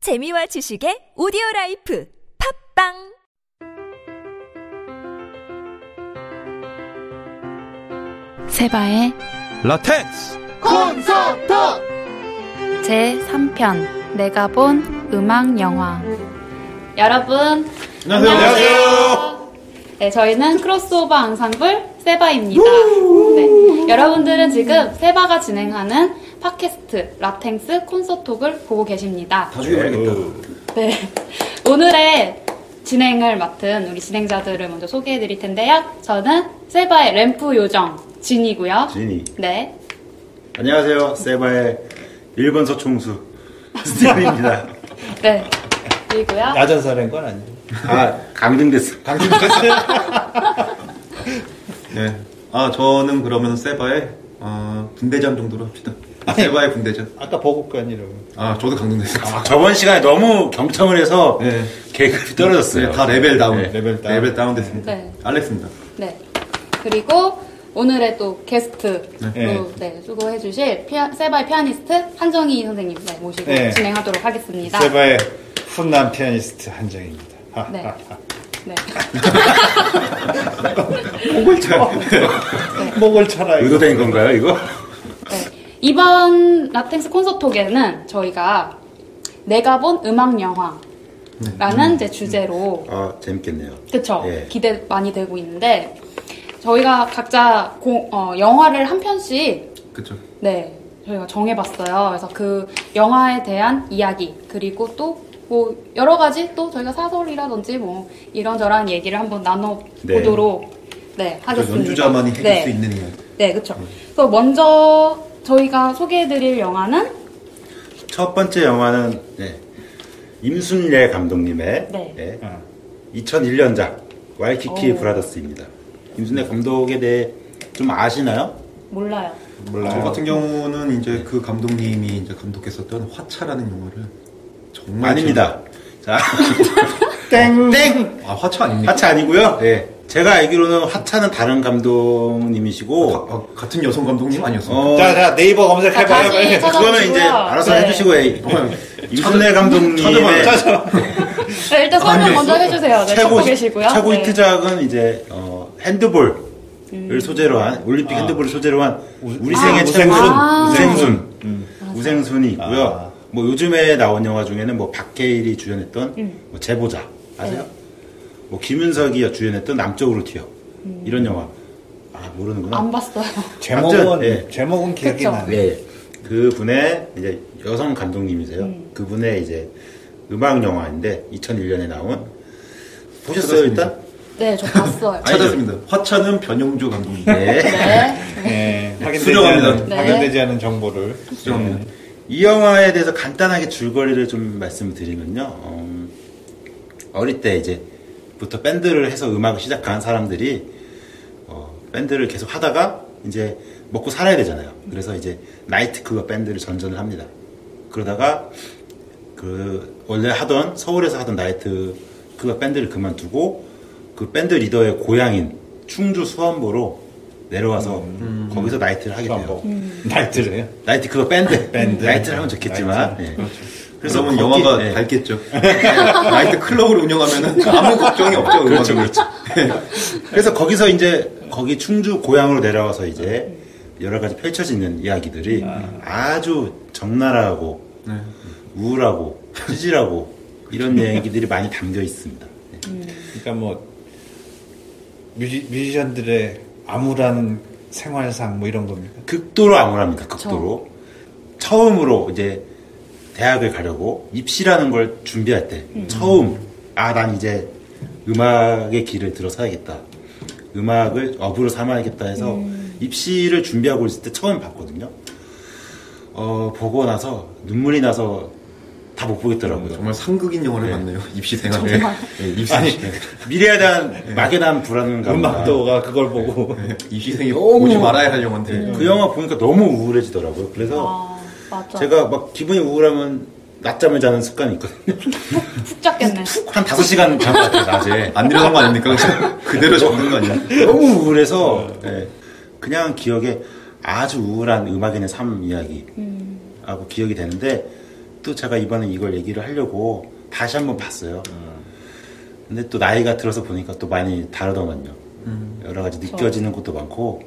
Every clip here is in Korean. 재미와 지식의 오디오 라이프 팝빵 세바의 라텍스 제3편 내가 본 음악 영화 여러분 안녕하세요. 네, 저희는 크로스오버 앙상블 세바입니다 네, 여러분들은 지금 세바가 진행하는 팟캐스트 라탱스 콘서톡을 보고 계십니다 다 어. 죽여버리겠다 네. 오늘의 진행을 맡은 우리 진행자들을 먼저 소개해 드릴 텐데요 저는 세바의 램프 요정 진이고요 진이. 네 안녕하세요. 세바의 일본 서총수 스티브입니다. 네. 그리고요. 야전 사례인 건 아니에요 아 강등됐어. 네. 아 저는 그러면 세바의 어, 분대장 정도로 합시다. 아, 네. 세바의 분대장. 아까 버국관이라고 아 저도 강등됐어. 요 저번 시간에 너무 경청을 해서 네. 계급이 떨어졌어요. 네, 다 레벨 다운. 네, 레벨 다운. 레벨 다운 됐습니다. 네. 알렉스입니다. 네. 그리고 오늘의 또 게스트로 네. 네. 수고해 주실 피아, 세바의 피아니스트 한정희 선생님 네, 모시고 네. 진행하도록 하겠습니다. 세바의 훈남 피아니스트 한정입니다 아, 네. 아, 네. 목을 어. 네. 쳐. 아. 목을 쳐라 이거 의도된 건가요, 이거? 네. 이번 라텍스 콘서톡에는 저희가 내가 본 음악 영화라는 네. 이제 주제로 아, 재밌겠네요. 그쵸 예. 기대 많이 되고 있는데 저희가 각자 공- 어, 영화를 한 편씩 그쵸. 네, 저희가 정해봤어요. 그래서 그 영화에 대한 이야기 그리고 또 뭐 여러 가지 또 저희가 사설이라든지 뭐 이런저런 얘기를 한번 나눠보도록 네, 저 하겠습니다. 연주자만이 해줄 네, 수 있는 이야기. 네, 그렇죠. 그래서 먼저 저희가 소개해드릴 영화는 첫 번째 영화는 네, 임순례 감독님의 네. 2001년작 와이키키 오. 브라더스입니다. 임순례 감독에 대해 좀 아시나요? 몰라요. 몰라요 저 같은 경우는 이제 그 감독님이 이제 감독했었던 화차라는 영화를 음, 정말 아닙니다. 자, 땡! 땡! 재밌- 아 화차 아닙니까? 하차 아니고요. 네. 제가 알기로는 하차는 다른 감독님이시고 가- 아, 같은 여성 감독님 아니었어요? 어, 자자 네이버 검색해봐요 다시 빨리. 찾아- 그거는 이제 찾아보시고요. 알아서 네. 해주시고 임순례 찾아봐요. 감독님의 찾아 네, 일단 설명 먼저 해주세요. 네, 아, 최고 찾고 계시고요. 최고 네. 음. 히트작은 이제 어, 핸드볼을 소재로 한 아. 올림픽 핸드볼을 소재로 한 우리 아, 생애 최고 우생순. 아. 우생순 음. 우생순이 있고요. 아. 뭐 요즘에 나온 영화 중에는 뭐 박해일이 주연했던 음. 뭐 제보자 아세요? 네. 뭐 김윤석이 주연했던 남쪽으로 튀어 이런 영화 아 모르는구나. 음. 안 예. 봤어요. 제목은 예. 네. 제목은 기억이 그쵸. 나네 네. 그 분의 이제 여성 감독님이세요. 음. 그 분의 이제 음악 영화인데 2001년에 나온 보셨어요 찾았습니다. 일단? 네, 저 봤어요. 아, 찾았습니다. 화차는 변영조 감독님. 네. 네. 네, 확인되지 수령합니다. 않은, 네. 확인되지 않은 정보를 수령합니다. 이 영화에 대해서 간단하게 줄거리를 좀 말씀을 드리면요. 음, 어릴 때 이제 부터 밴드를 해서 음악을 시작한 사람들이 어, 밴드를 계속 하다가 이제 먹고 살아야 되잖아요. 그래서 이제 나이트클럽 밴드를 전전을 합니다. 그러다가 그 원래 하던 서울에서 하던 나이트클럽 밴드를 그만두고 그 밴드 리더의 고향인 충주 수원보로 내려와서 거기서 나이트를 하게 돼요. 전보 음. 날들어요 나이트클럽 밴드. 밴드. 나이트를 하면 좋겠지만. 예. 그래서 거기- 영화가 예. 밝겠죠. 나이트 클럽을 운영하면 아무 걱정이 없죠. 음악은. 그렇죠, 그렇죠. 그래서 거기서 이제 거기 충주 고향으로 내려와서 이제 여러 가지 펼쳐지는 이야기들이 아주 적나라하고 네. 우울하고 찌질하고 이런 얘기들이 많이 담겨 있습니다. 예. 그러니까 뭐 뮤지, 뮤지션들의 암울한 생활상 뭐 이런 겁니까? 극도로 암울합니다. 극도로. 처음으로 이제 대학을 가려고 입시라는 걸 준비할 때 처음 아 난 이제 음악의 길을 들어서야겠다. 음악을 업으로 삼아야겠다 해서 입시를 준비하고 있을 때 처음 봤거든요. 어 보고 나서 눈물이 나서 다 못 보겠더라고요. 음. 정말 상극인 영화를 봤네요. 입시생활. 정말. 네, 입시생. 미래에 대한 막에 대한 불안감과 음. 음악도가 그걸 네. 보고 입시생이 오지 말아야 할 영화인데. 네. 그 영화 보니까 너무 우울해지더라고요. 그래서 아, 맞아. 제가 막 기분이 우울하면 낮잠을 자는 습관이 있거든요. 푹 잤겠네. 한 5시간 잔것 같아요, 낮에. 안 일어난 거 아닙니까? 그대로 적는 거 아니야? 너무 우울해서, 예. 그냥 기억에 아주 우울한 음악인의 삶 이야기하고 기억이 되는데, 또 제가 이번에 이걸 얘기를 하려고 다시 한번 봤어요. 근데 또 나이가 들어서 보니까 또 많이 다르더만요. 여러 가지 느껴지는 것도 많고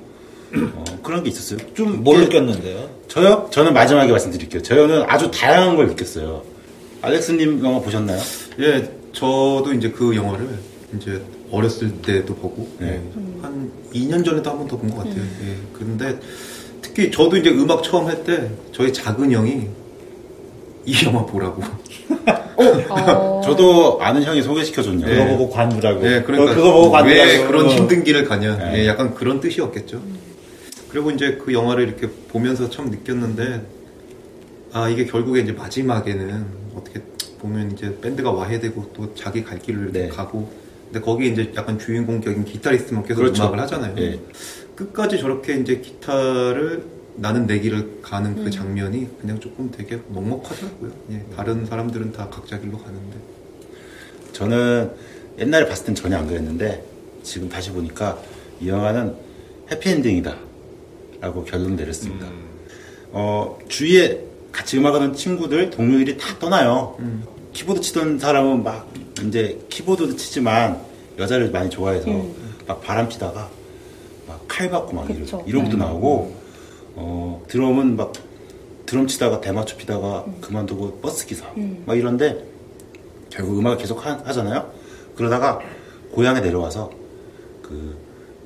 어, 그런 게 있었어요. 좀 뭘 이제- 느꼈는데요? 저요? 저는 마지막에 말씀드릴게요. 저는 아주 다양한 걸 느꼈어요. 알렉스님 영화 보셨나요? 예, 저도 이제 그 영화를 이제 어렸을 때도 보고 네. 예, 한 2년 전에도 한 번 더 본 것 같아요. 예, 그런데 특히 저도 이제 음악 처음 할 때 저희 작은 형이 이 영화 보라고. 어, 저도 아는 형이 소개시켜줬네요. 네. 그거 보고 관두라고. 어, 예, 그러니까 그거 보고 관두라고. 왜 그런 어. 힘든 길을 가냐. 네. 예, 약간 그런 뜻이었겠죠. 그리고 이제 그 영화를 이렇게 보면서 참 느꼈는데 아 이게 결국에 이제 마지막에는 어떻게 보면 이제 밴드가 와해되고 또 자기 갈 길을 네. 가고 근데 거기 이제 약간 주인공격인 기타리스트만 계속 그렇죠. 음악을 하잖아요. 네. 끝까지 저렇게 이제 기타를 나는 내 길을 가는 그 장면이 그냥 조금 되게 먹먹하더라고요. 예, 다른 사람들은 다 각자 길로 가는데. 저는 옛날에 봤을 땐 전혀 안 그랬는데 지금 다시 보니까 이 영화는 해피엔딩이다 라고 결론 내렸습니다. 어, 주위에 같이 음악하는 친구들, 동료들이 다 떠나요. 키보드 치던 사람은 막 이제 키보드도 치지만 여자를 많이 좋아해서 막 바람 피다가 막 칼 받고 막 이런, 음. 그쵸. 네. 이런 것도 나오고 어, 드럼은 막 드럼 치다가 대마초 피다가 그만두고 버스 기사 음. 막 이런데 결국 음악을 계속 하, 잖아요 그러다가 고향에 내려와서 그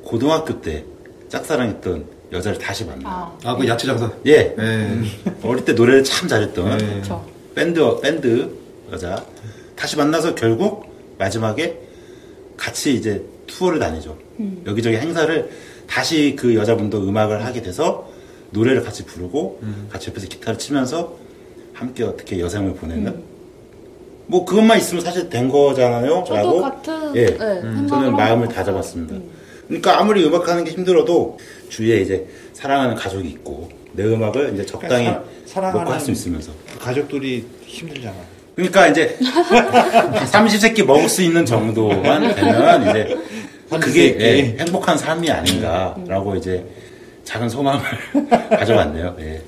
고등학교 때 짝사랑했던 여자를 다시 만나요. 아, 아 그 야채 장사. 예. 예. 어릴 때 노래를 참 잘했던 네. 그렇죠. 밴드 밴드 여자 다시 만나서 결국 마지막에 같이 이제 투어를 다니죠. 여기저기 행사를 다시 그 여자분도 음악을 하게 돼서 노래를 같이 부르고 같이 옆에서 기타를 치면서 함께 어떻게 여생을 보내는 뭐 그것만 있으면 사실 된 거잖아요. 저도 라고 같은 예. 네, 생각을 저는 하고 마음을 봤어요. 다잡았습니다. 그러니까 아무리 음악하는 게 힘들어도 주위에 이제 사랑하는 가족이 있고 내 음악을 이제 적당히 그러니까 사- 사랑하는- 먹고 할 수 있으면서 가족들이 힘들잖아. 그러니까 이제 30세끼 먹을 수 있는 정도만 되면 이제 30 그게 새끼. 예, 행복한 삶이 아닌가라고 이제 작은 소망을 가져봤네요. 예.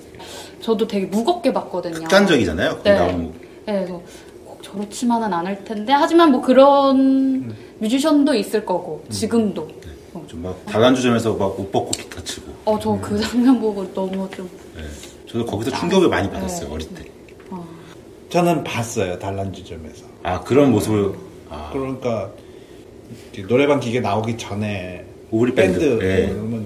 저도 되게 무겁게 봤거든요. 극단적이잖아요. 그 네. 나온 거. 네, 그래서 꼭 저렇지만은 않을 텐데 하지만 뭐 그런 뮤지션도 있을 거고 지금도. 예. 좀막 다단주점에서 막 옷 벗고 기타 치고. 어, 저 그 장면 보고 너무 좀 예. 저도 거기서 충격을 많이 받았어요 네. 어릴 때. 저는 봤어요 단란주점에서. 아 그런 모습을 아, 그러니까 이제 노래방 기계 나오기 전에 오브리 밴드. 예. 그러면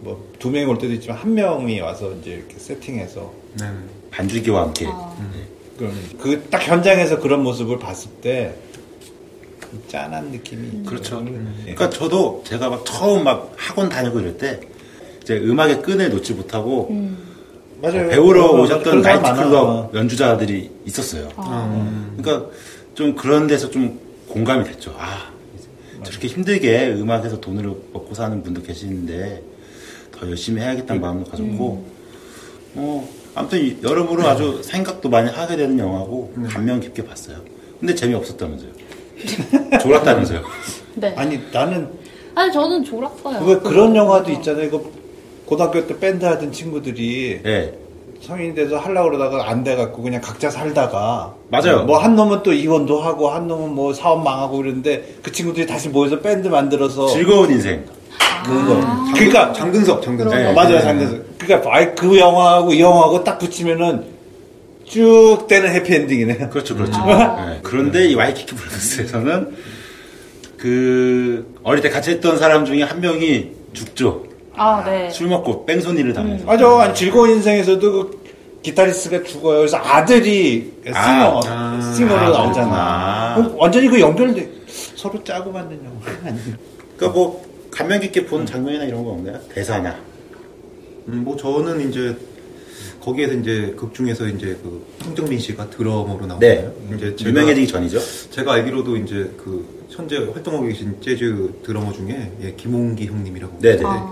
뭐 두 명이 올 때도 있지만 한 명이 와서 이제 이렇게 세팅해서 네. 반주기와 함께 아, 그럼 그 딱 현장에서 그런 모습을 봤을 때그 짠한 느낌이 그렇죠. 있어요. 예. 그러니까 저도 제가 막 처음 막 학원 다니고 이럴 때 이제 음악의 끈을 놓지 못하고 어, 어, 맞아요. 배우러 그런 어. 오셨던 그런 사람 많아. 나이트클럽 연주자들이 있었어요. 음. 그러니까 좀 그런 데서 좀 공감이 됐죠. 아 저렇게 힘들게 음악에서 돈을 먹고 사는 분도 계시는데 더 열심히 해야겠다는 마음을 가졌고 어 아무튼 이- 여러모로 아주 생각도 많이 하게 되는 영화고 음. 감명 깊게 봤어요. 근데 재미없었다면서요. 졸았다면서요. 네. 아니, 아니 나는 저는 졸았어요. 왜 그런 영화도 있잖아요. 이거 고등학교 때 밴드 하던 친구들이 예. 성인이 돼서 하려고 그러다가 안 돼갖고 그냥 각자 살다가 맞아요. 뭐 한 놈은 또 이혼도 하고 한 놈은 뭐 사업 망하고 그러는데 그 친구들이 다시 모여서 밴드 만들어서 즐거운 인생. 그거. 그러니까 장근석, 네. 장근석. 네. 어, 맞아요, 장대수. 그러니까 아예 그 영화하고 이 영화하고 딱 붙이면은 쭉 되는 해피엔딩이네. 그렇죠, 그렇죠. 아. 예. 그런데 이 와이키키 블루스에서는 그 어릴 때 같이 했던 사람 중에 한 명이 죽죠. 아, 네. 술 먹고 뺑소니를 당해서. 맞아, 아니, 즐거운 인생에서도 그 기타리스트가 죽어요. 그래서 아들이 싱어, 아, 싱어로 아, 나오잖아. 그렇구나. 어, 완전히 그 연결돼. 서로 짜고 만든 영화. 음. 그러니까 뭐 감명 깊게 본 장면이나 이런 거 없나요? 대사나. 음, 뭐 저는 이제 거기에서 이제 극 중에서 이제 그 성정민 씨가 드럼으로 나오잖아요. 이제 제가, 네. 유명해지기 음. 전이죠. 제가 알기로도 이제 그 현재 활동하고 계신 재즈 드러머 중에 예, 김홍기 형님이라고. 네, 네. 있는데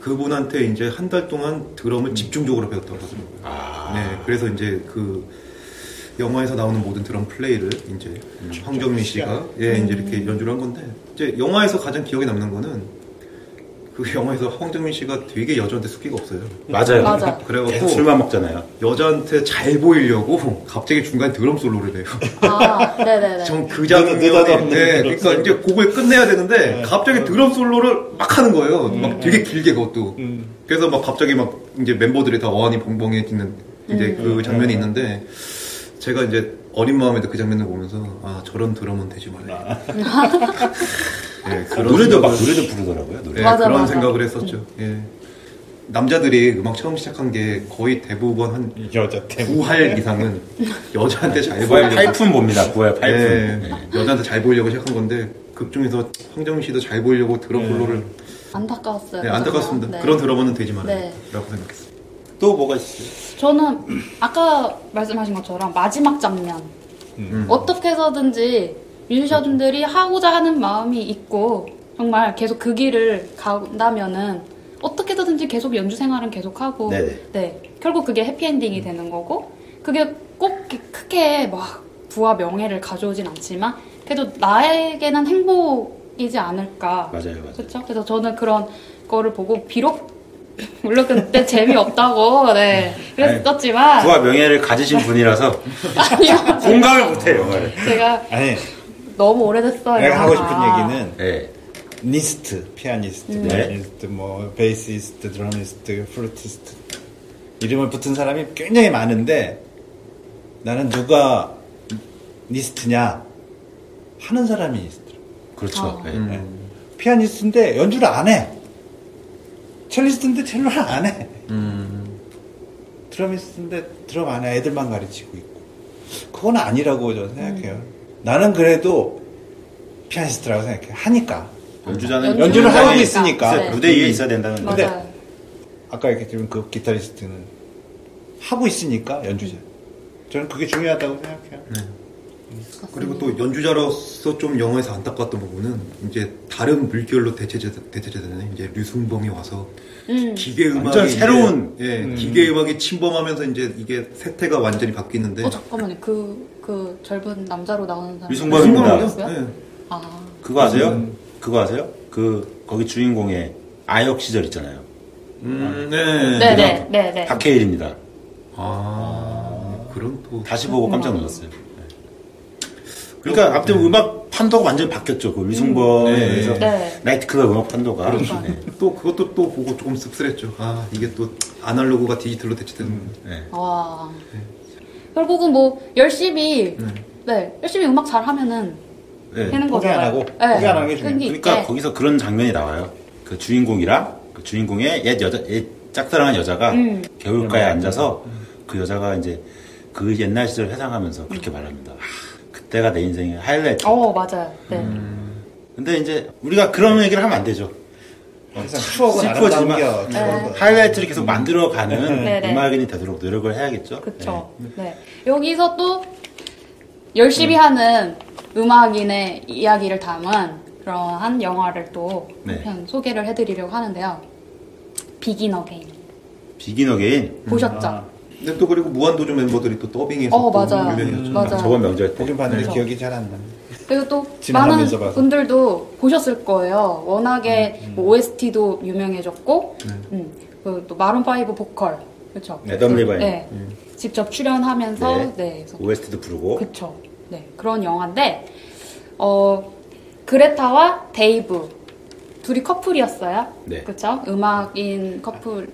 그분한테 이제 한 달 동안 드럼을 집중적으로 배웠다고 하더라고요. 아. 네, 그래서 이제 그 영화에서 나오는 모든 드럼 플레이를 이제 음. 황정민 씨가 예 이제 이렇게 연주를 한 건데 이제 영화에서 가장 기억에 남는 거는 그 영화에서 황정민 씨가 되게 여자한테 숙기가 없어요. 맞아요. 맞아. 그래갖고 계속 술만 먹잖아요. 여자한테 잘 보이려고 갑자기 중간에 드럼 솔로를 내요. 아, 네네네. 전 그 느닷없는 장면이 네, 드럼 그러니까 이제 곡을 끝내야 되는데 갑자기 드럼 솔로를 막 하는 거예요. 막 되게 길게 그것도. 그래서 막 갑자기 막 이제 멤버들이 다 어안이 벙벙해지는 이제 그 장면이 있는데 제가 이제 어린 마음에도 그 장면을 보면서 아 저런 드럼은 되지 말라. 네, 그런 노래도 막 생각을- 노래도 부르더라고요. 노래. 네, 맞아, 그런 맞아. 생각을 했었죠. 예. 남자들이 음악 처음 시작한 게 거의 대부분 한 여자 템. 9할 이상은 여자한테 잘 보이려고 팔품 봅니다. 9월 팔품. 예, 네. 여자한테 잘 보이려고 시작한 건데 극 중에서 황정민 씨도 잘 보이려고 드럼 솔로를 안타까웠어요. 네, 그 안타깝습니다. 장면. 네. 그런 드럼은 되지 말아요. 네. 라고 생각했어요. 또 뭐가 있어요? 저는 아까 말씀하신 것처럼 마지막 장면. 음. 어떻게 해서든지 뮤지션들이 하고자 하는 마음이 있고 정말 계속 그 길을 간다면은 어떻게 해서든지 계속 연주 생활은 계속하고 네네. 음. 네, 결국 그게 해피엔딩이 되는 거고 그게 꼭 이렇게 크게 막 부와 명예를 가져오진 않지만 그래도 나에게는 행복이지 않을까 맞아요, 맞아요. 그렇죠. 그래서 저는 그런 거를 보고 비록 물론 그때 재미없다고 네 그랬었지만 부와 명예를 가지신 분이라서 아니요 공감을 못해요, 영화를. 제가 아니, 너무 오래됐어요. 내가 하고 싶은 아, 얘기는 네. 니스트, 피아니스트, 음. 바이올리니스트, 뭐 베이시스트, 드러미스트, 플루티스트 이름을 붙은 사람이 굉장히 많은데 나는 누가 니스트냐 하는 사람이 니스트. 그렇죠. 어. 네. 예. 피아니스트인데 연주를 안 해. 첼리스트인데 첼로를 안 해. 음. 드럼이스트인데 드럼 안 해. 애들만 가르치고 있고. 그건 아니라고 음. 저는 생각해요. 나는 그래도 피아니스트라고 생각해요. 하니까. 연주자는 연주를 네. 굉장히 하고 있으니까. 있어야- 무대 위에 있어야 된다는 거. 맞아. 맞아요. 아까 얘기했지만 그 기타리스트는 하고 있으니까 연주자. 저는 그게 중요하다고 생각해요. 음. 그리고 또 연주자로서 좀 영화에서 안타까웠던 부분은 이제 다른 물결로 대체제, 대체되는 이제 류승범이 와서 음. 기계 완전 음악이 새로운- 이제, 예, 기계 음악이 침범하면서 이제 이게 세태가 완전히 바뀌는데 네. 어 잠깐만요. 그그 그 젊은 남자로 나오는 사람. 유승범입니다. 유승범이었어요? 예. 아 그거 아세요? 그거 아세요? 그 거기 주인공의 아역 시절 있잖아요. 음, 네. 네네 네네. 박해일입니다. 아, 그런 또. 다시 보고 음. 깜짝 놀랐어요. 네. 그러니까 앞뒤 음악 판도가 완전히 바뀌었죠. 그 위승범에 음. 네. 의해서 네. 나이트클럽 음악 판도가. 네. 또 그것도 또 보고 조금 씁쓸했죠. 아 이게 또 아날로그가 디지털로 대체되는 네. 와. 결국은 뭐 열심히 네, 열심히 음악 잘 하면은 네. 되는 음. 포기 안 거잖아요. 네. 하고, 포기 안 하는 게 중요해요. 끈기 있게. 그러니까 거기서 그런 장면이 나와요. 그 주인공이랑 그 주인공의 옛 여자, 옛 짝사랑한 여자가 음. 개울가에 앉아서 그 여자가 이제 그 옛날 시절 회상하면서 그렇게 음. 말합니다. 아, 그때가 내 인생의 하이라이트. 어 맞아요. 네. 음. 근데 이제 우리가 그런 얘기를 하면 안 되죠. 항상 추억은 슬퍼지만- 아름다운 게 어, 네. 추억은. 하이라이트를 계속 만들어가는 네, 네. 음악인이 되도록 노력을 해야겠죠. 그렇죠. 네. 여기서 또 음. 열심히 하는 음악인의 이야기를 담은 그러한 영화를 또 네. 한편 소개를 해드리려고 하는데요. 비긴 어게인 네. 비긴 음, 어게인. 보셨죠? 아. 근데 또 그리고 무한도전 멤버들이 또 더빙해서 어 또 맞아요. 유명해졌죠. 맞아요. 음, 음. 저번 명절 때. 보긴 봤는데 그래서- 기억이 잘 안 나네. 그리고 또 많은 지나가면서 음, 봐서. 분들도 보셨을 거예요. 워낙에 뭐 OST도 유명해졌고, 네. 음, 그또 마룬 파이브 보컬, 그렇죠. 네, 덤 리바인. 네, 음. 직접 출연하면서 네. 네, 그래서 OST도 부르고. 그쵸. 네, 그런 영화인데, 어, 그레타와 데이브. 둘이 커플이었어요. 네. 그쵸? 음악인 커플인데.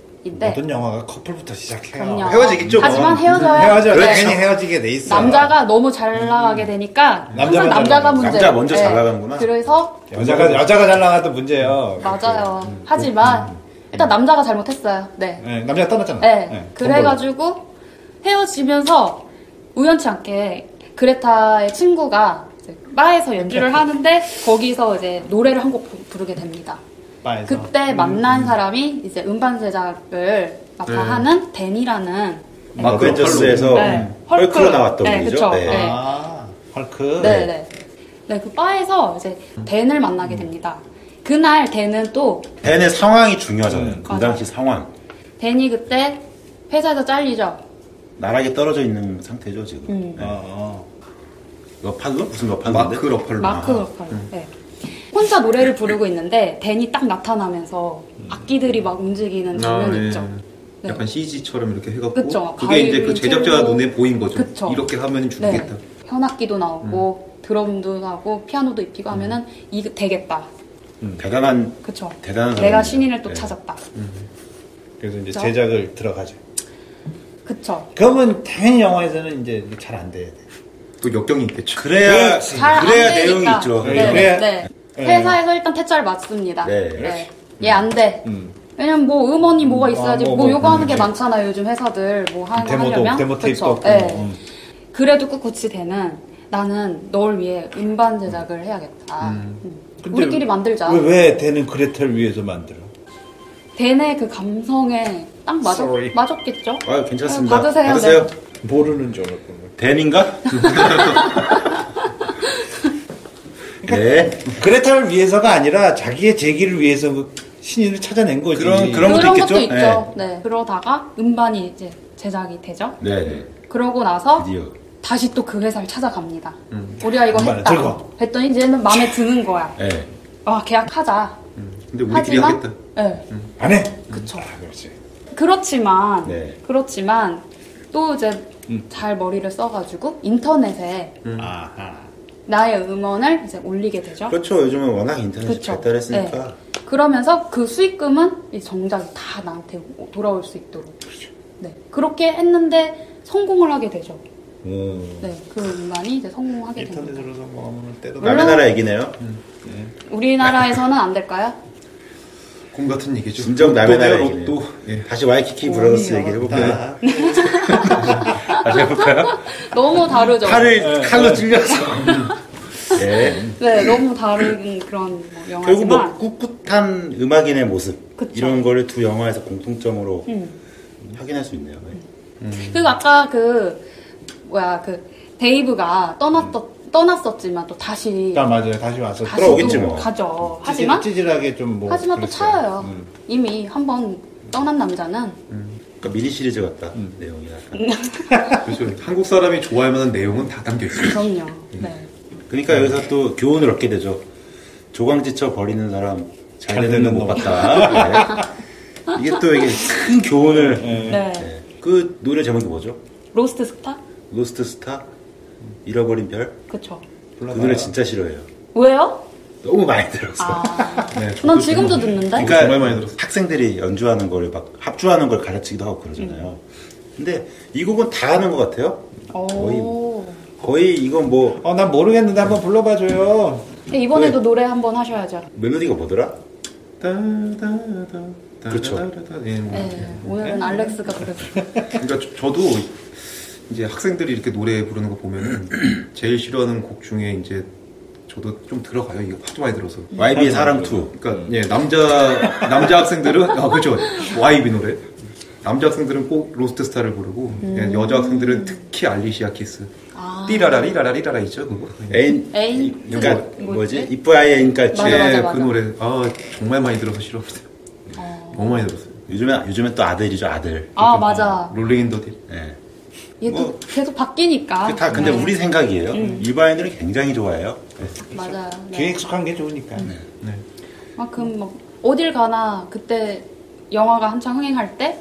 모든 영화가 커플부터 시작해요. 네. 그럼요. 헤어지겠죠, 뭐. 하지만 헤어져요. 음, 헤어져. 네. 괜히 헤어지게 돼 있어. 남자가 너무 잘 나가게 되니까 남자 항상 먼저 음, 남자가 나가고. 문제. 네. 남자 먼저 잘 나가는구나. 그래서 여자가 여자가 잘 나가도 문제예요. 그렇죠. 맞아요. 음, 하지만 일단 남자가 잘못했어요. 네. 네, 남자 가 떠났잖아. 네. 네, 그래가지고 헤어지면서 우연치 않게 그레타의 친구가 이제 바에서 연주를 하는데 거기서 이제 노래를 한 곡 부르게 됩니다. 바에서. 그때 만난 사람이 이제 음반 제작을 맡아 네. 하는 데니라는 마크 네. 벤저스에서 음, 네. 헐크로 나왔던 네, 분이죠. 그쵸. 네. 네. 아, 헐크. 네, 네. 네, 그 바에서 이제 댄을 만나게 됩니다. 그날 댄은 또 벤의 상황이 중요하잖아요. 그 음, 맞아. 당시 상황. 댄이 그때 회사에서 잘리죠. 나락에 떨어져 있는 상태죠, 지금. 어, 음. 네. 러팔로? 무슨 러팔로인데? 아. 마크 러팔로. 마크 로컬. 네. 혼자 노래를 부르고 있는데 댄이 딱 나타나면서 음. 악기들이 막 아, 움직이는 장면이 예. 있죠. 네. 약간 CG처럼 이렇게 해갖고 그쵸. 게 이제 그 바위를 제작자가 채우고. 눈에 보인 거죠. 그쵸. 네. 이렇게 하면 예. 죽겠다. 현악기도 나오고 음. 드럼도 나오고 피아노도 입히고 하면은 이 되겠다. 대단한 그쵸. 음. 대단한 내가 사람이네요. 신인을 또 네. 찾았다. 그래서 이제 그쵸? 제작을 들어가죠. 그쵸. 그러면 당연히 영화에서는 이제 잘 안 돼야 돼. 또 역경이 있겠죠. 네. 그래야 그렇지. 잘안 그래야 되니까. 내용이 있죠. 네. 그래야- 네. 네. 회사에서 일단 퇴짜를 맞습니다. 예, 네. 얘안 돼. 음. 왜냐면 뭐 음원이 뭐가 있어야지 아, 뭐, 뭐, 뭐, 요거 하는 게 음, 많잖아요 요즘 회사들 뭐 하, 데모도, 하려면 데모 테이프도 그쵸. 없고 네. 뭐. 음. 그래도 꿋꿋이 되는 나는 널 위해 음반 제작을 해야겠다 음. 근데 우리끼리 만들자 왜, 왜 되는 그레텔 위해서 만들어? 댄의 그 감성에 딱 맞았, Sorry. 맞았겠죠? 아 괜찮습니다. 네, 받으세요. 네. 모르는 줄 알았군요. 댄인가? 네. 그레텔을 위해서가 아니라 자기의 재기를 위해서 그 신인을 찾아낸 거지. 그런- 그런- 그런 것도 것도, 있겠죠? 있죠. 네. 그러다가 음반이 이제 제작이 되죠. 네. 네. 그러고 나서 드디어. 다시 또 그 회사를 찾아갑니다. 우리가 이거 음반을 했다. 들고. 했더니 이제는 마음에 드는 거야. 네. 아 계약하자. 근데 우리끼리 하지만 하겠다. 네. 안 해. 그쵸. 아, 그렇지. 그렇지만 네. 그렇지만 또 이제 잘 머리를 써가지고 인터넷에 아하. 나의 음원을 이제 올리게 되죠. 그렇죠. 요즘은 워낙 인터넷이 그쵸. 발달했으니까. 그러면서 그 수익금은 이 정작 다 나한테 오- 돌아올 수 있도록. 네. 그렇게 했는데 성공을 하게 되죠. 음. 오. 네. 그 음반이 이제 성공하게 됩니다. 인터넷으로서 마음을 때도 남의 물론- 나라 얘기네요. 우리나라에서는 안 될까요? 꿈 같은 얘기죠. 진정 남의 나라 얘기네요. 또 다시 와이키키 브라더스 얘기를 해볼까요? 다시 해볼까요? 너무 다르죠. 칼을 칼로 찔려서. 예. 네, 너무 다른 그런 뭐 결국 영화지만. 뭐 꿋꿋한 음악인의 모습 그쵸. 이런 거를 두 영화에서 공통점으로 음. 확인할 수 있네요. 네. 그리고 아까 그 뭐야 그 데이브가 떠났었 떠났었지만 또 다시 아, 맞아요. 다시 와서 다시 그러니까 돌아오겠지 또 뭐. 가죠. 하지만 찌질, 찌질하게 좀 뭐. 하지만 또 그랬어요. 차여요. 음. 이미 한 번 떠난 남자는 그러니까 미니 시리즈 같다 내용이 약간. 그렇죠. 한국 사람이 좋아할 만한 내용은 다 담겨 있어요. 그럼요. 네. 그러니까 여기서 또 교훈을 얻게 되죠. 조광지쳐 버리는 사람 잘, 잘 되는 되는 놈못 놈. 봤다. 네. 이게 또 이게 큰 교훈을. 네. 네. 그 노래 제목이 뭐죠? 로스트 스타? 로스트 스타 잃어버린 별. 그쵸. 그 불러봐요. 노래 진짜 싫어해요. 왜요? 너무 많이 들었어. 아. 네, 난 저도 지금도 지금 듣는데? 그러니까 정말 많이 들었어요. 학생들이 연주하는 거를 막 합주하는 걸 가르치기도 하고 그러잖아요. 근데 이 곡은 다 하는 것 같아요. 어. 거의 오. 거의 이건 뭐 어, 난 모르겠는데 한번 불러봐줘요. 근데 네. 이번에도 노래 한 번 하셔야죠. 멜로디가 뭐더라? 따다다다, 그렇죠. 따다다다, 예, 뭐. 네. 오늘은 알렉스가 그래서. 그러니까 저- 저도 이제 학생들이 이렇게 노래 부르는 거 보면은 제일 싫어하는 곡 중에 이제 저도 좀 들어가요. 이거 하도 많이 들어서. YB의 사랑 2. 그러니까 예, 남자 남자 학생들은 아 그죠 YB 노래. 남자 학생들은 꼭 로스트 스타를 부르고 예, 여자 학생들은 특히 알리시아 키스. 음. 아. 띠라라리라라리라라 있죠 그거. 예, 애인, 애인? 그러니까 그거 뭐지? 뭐지? 이쁘아이 애인까지. 맞아, 맞아, 예, 맞아. 그 노래 아 정말 많이 들어서 싫어합니다. 너무 많이 들었어요. 요즘에 요즘에 또 아들이죠 아들. 아 맞아. 롤링 인더 딜. 예. 얘도 뭐. 계속 바뀌니까. 그게 다 근데 네. 우리 생각이에요. 일반인들은 굉장히 좋아해요. 예. 맞아요. 뒤에 네. 익숙한 게 좋으니까. 네. 그만큼 막 어딜 가나 그때 영화가 한창 흥행할 때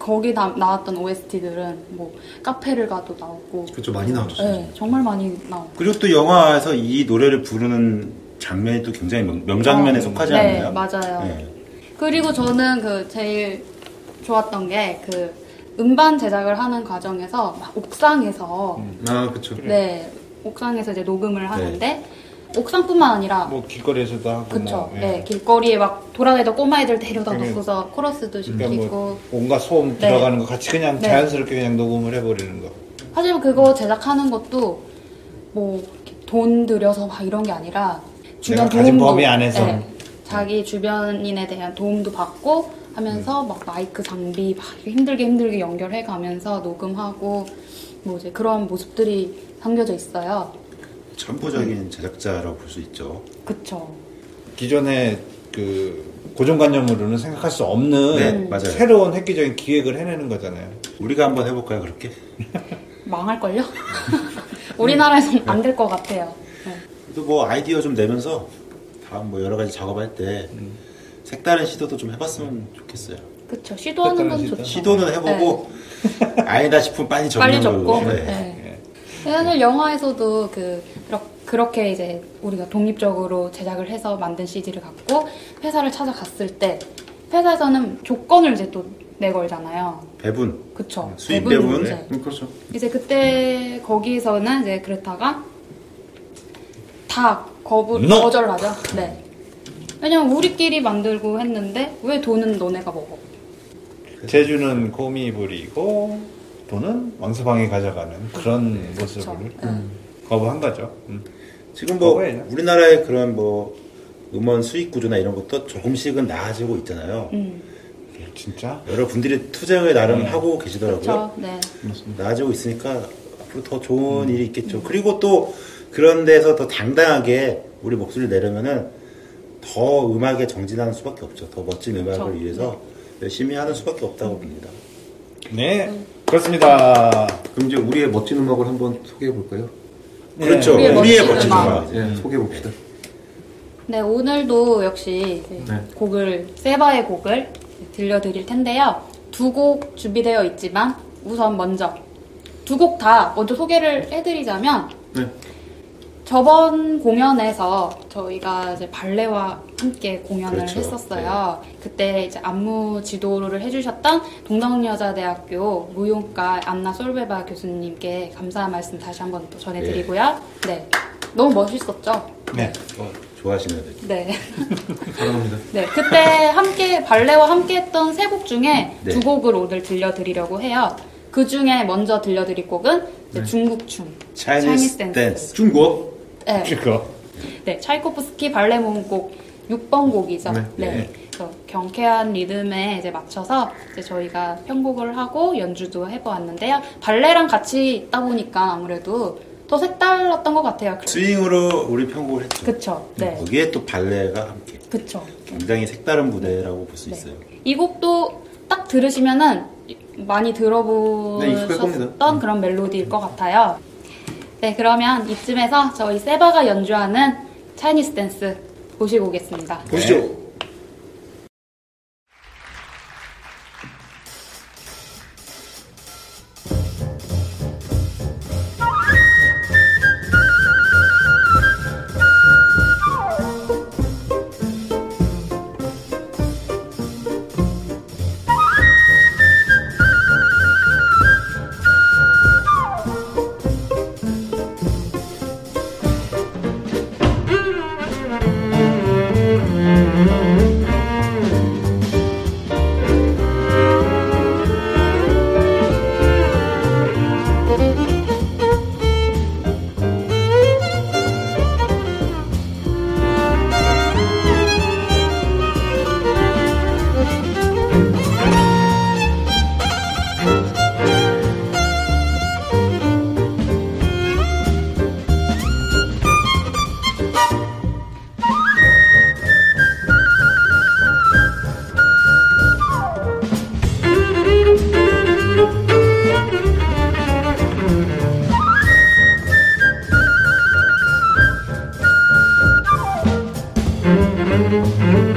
거기 나, 나왔던 OST들은 뭐 카페를 가도 나오고. 그렇죠 많이 나왔죠. 네, 정말 많이 나오고. 그리고 또 영화에서 이 노래를 부르는 장면이 또 굉장히 명, 명장면에 어, 속하지 네, 않나요? 맞아요. 예. 그리고 저는 그 제일 좋았던 게 그 음반 제작을 하는 과정에서 막 옥상에서 음. 아 그렇죠. 네 옥상에서 이제 녹음을 하는데 네. 옥상뿐만 아니라 뭐 길거리에서도 하고. 그쵸 뭐, 네. 길거리에 막 돌아다니던 꼬마애들 데려다 그래. 놓고서 코러스도 시키고 그러니까 뭐 온갖 소음 네. 들어가는 거 같이 그냥 네. 자연스럽게 그냥 녹음을 해버리는 거. 하지만 그거 제작하는 것도 뭐 돈 들여서 막 이런 게 아니라 주변 내가 가진 도움도 네, 범위 안에서. 자기 주변인에 대한 도움도 받고 음. 하면서 막 마이크 장비 막 힘들게 힘들게 연결해 가면서 녹음하고 뭐 이제 그런 모습들이 담겨져 있어요. 전부적인 제작자라고 볼 수 있죠. 그쵸. 기존의 그 고정관념으로는 생각할 수 없는 네, 맞아요. 새로운 획기적인 기획을 해내는 거잖아요. 우리가 한번 해볼까요 그렇게? 망할걸요? 우리나라에서는 안 될 것 같아요. 네. 그래도 뭐 아이디어 좀 내면서 다음 뭐 여러 가지 작업할 때 색다른 시도도 좀 네. 해봤으면 좋겠어요. 그쵸. 시도하는 건 색깔은 좋죠. 시도는 해보고 아니다 싶으면 빨리 접는 네. 빨리 접고. 걸로. 네. 사실 영화에서도 그 그렇- 그렇게 이제 우리가 독립적으로 제작을 해서 만든 CG를 갖고 회사를 찾아갔을 때 회사에서는 조건을 이제 또 내걸잖아요. 배분. 그쵸. 아, 수입 배분 배분. 문제. 음, 그렇죠. 이제 그때 거기에서는 이제 그레타가 다 거부 No. 거절하죠. 네. 왜냐면 우리끼리 만들고 했는데 왜 돈은 너네가 먹어? 그렇죠. 제주는 곰이 부리고 돈은 왕서방이 가져가는 그런 그쵸. 모습을 네. 음. 거부한 거죠. 음. 지금 뭐 그거예요. 우리나라의 그런 뭐 음원 수익 구조나 이런 것도 조금씩은 나아지고 있잖아요. 음. 네. 진짜? 여러분들이 투쟁을 나름 하고 계시더라고요. 그렇죠. 네. 나아지고 있으니까 앞으로 더 좋은 일이 있겠죠. 그리고 또 그런 데서 더 당당하게 우리 목소리를 내려면은 더 음악에 정진하는 수밖에 없죠. 더 멋진 음악을 그렇죠. 위해서 열심히 하는 수밖에 없다고 봅니다. 네, 음. 그렇습니다. 그럼 이제 우리의 멋진 음악을 한번 소개해 볼까요? 네. 그렇죠. 우리의 우리의 멋진 멋진 음악. 음악. 예, 소개해 봅시다. 네, 오늘도 역시 이제 네. 곡을 세바의 곡을 들려드릴 텐데요. 두 곡 준비되어 있지만 우선 먼저 두 곡 다 먼저 소개를 해드리자면 네. 저번 공연에서 저희가 이제 발레와 함께 공연을 그렇죠. 했었어요. 그때 이제 안무 지도를 해주셨던 동덕여자대학교 무용과 안나 솔베바 교수님께 감사한 말씀 다시 한번 또 전해드리고요. 네, 너무 멋있었죠? 네, 좋아하시는 분들. 네. 사랑합니다. 네, 그때 함께 발레와 함께 했던 세 곡 중에 네. 두 곡을 오늘 들려드리려고 해요. 그 중에 먼저 들려드릴 곡은 이제 네. 중국춤, Chinese 댄스. 댄스. 중국. 네, 그거. 네, 차이코프스키 발레 모음곡 6번 곡이죠. 네. 네. 그래서 경쾌한 리듬에 이제 맞춰서 이제 저희가 편곡을 하고 연주도 해보았는데요. 발레랑 같이 있다 보니까 아무래도 더 색달랐던 것 같아요. 스윙으로 우리 편곡을 했죠. 그쵸. 네. 거기에 또 발레가 함께 그쵸. 굉장히 색다른 무대라고 볼 네. 수 있어요. 이 곡도 딱 들으시면은 많이 네, 익숙할 겁니다. 들어보셨던 그런 멜로디일 것 같아요. 네, 그러면 이쯤에서 저희 세바가 연주하는 차이니스 댄스 보시고 오겠습니다. 보시죠. Thank